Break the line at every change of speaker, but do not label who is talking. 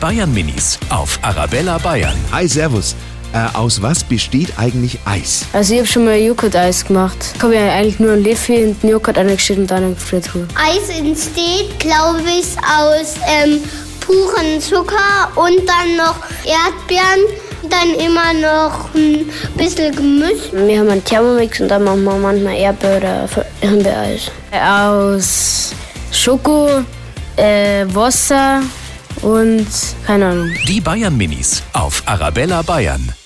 Bayern Minis auf Arabella Bayern.
Hi, Servus. Äh, aus was besteht eigentlich Eis?
Also ich habe schon mal Joghurt-Eis gemacht. Ich habe ja eigentlich nur einen Löffel und einen Joghurt eingeschüttet und dann in die Gefriertruhe.
Eis entsteht, glaube ich, aus ähm, puren Zucker und dann noch Erdbeeren. Dann immer noch ein bisschen Gemüse.
Wir haben einen Thermomix und dann machen wir manchmal Erdbeer oder Himbeereis. Aus Schoko, äh, Wasser und keine Ahnung.
Die Bayern Minis auf Arabella Bayern.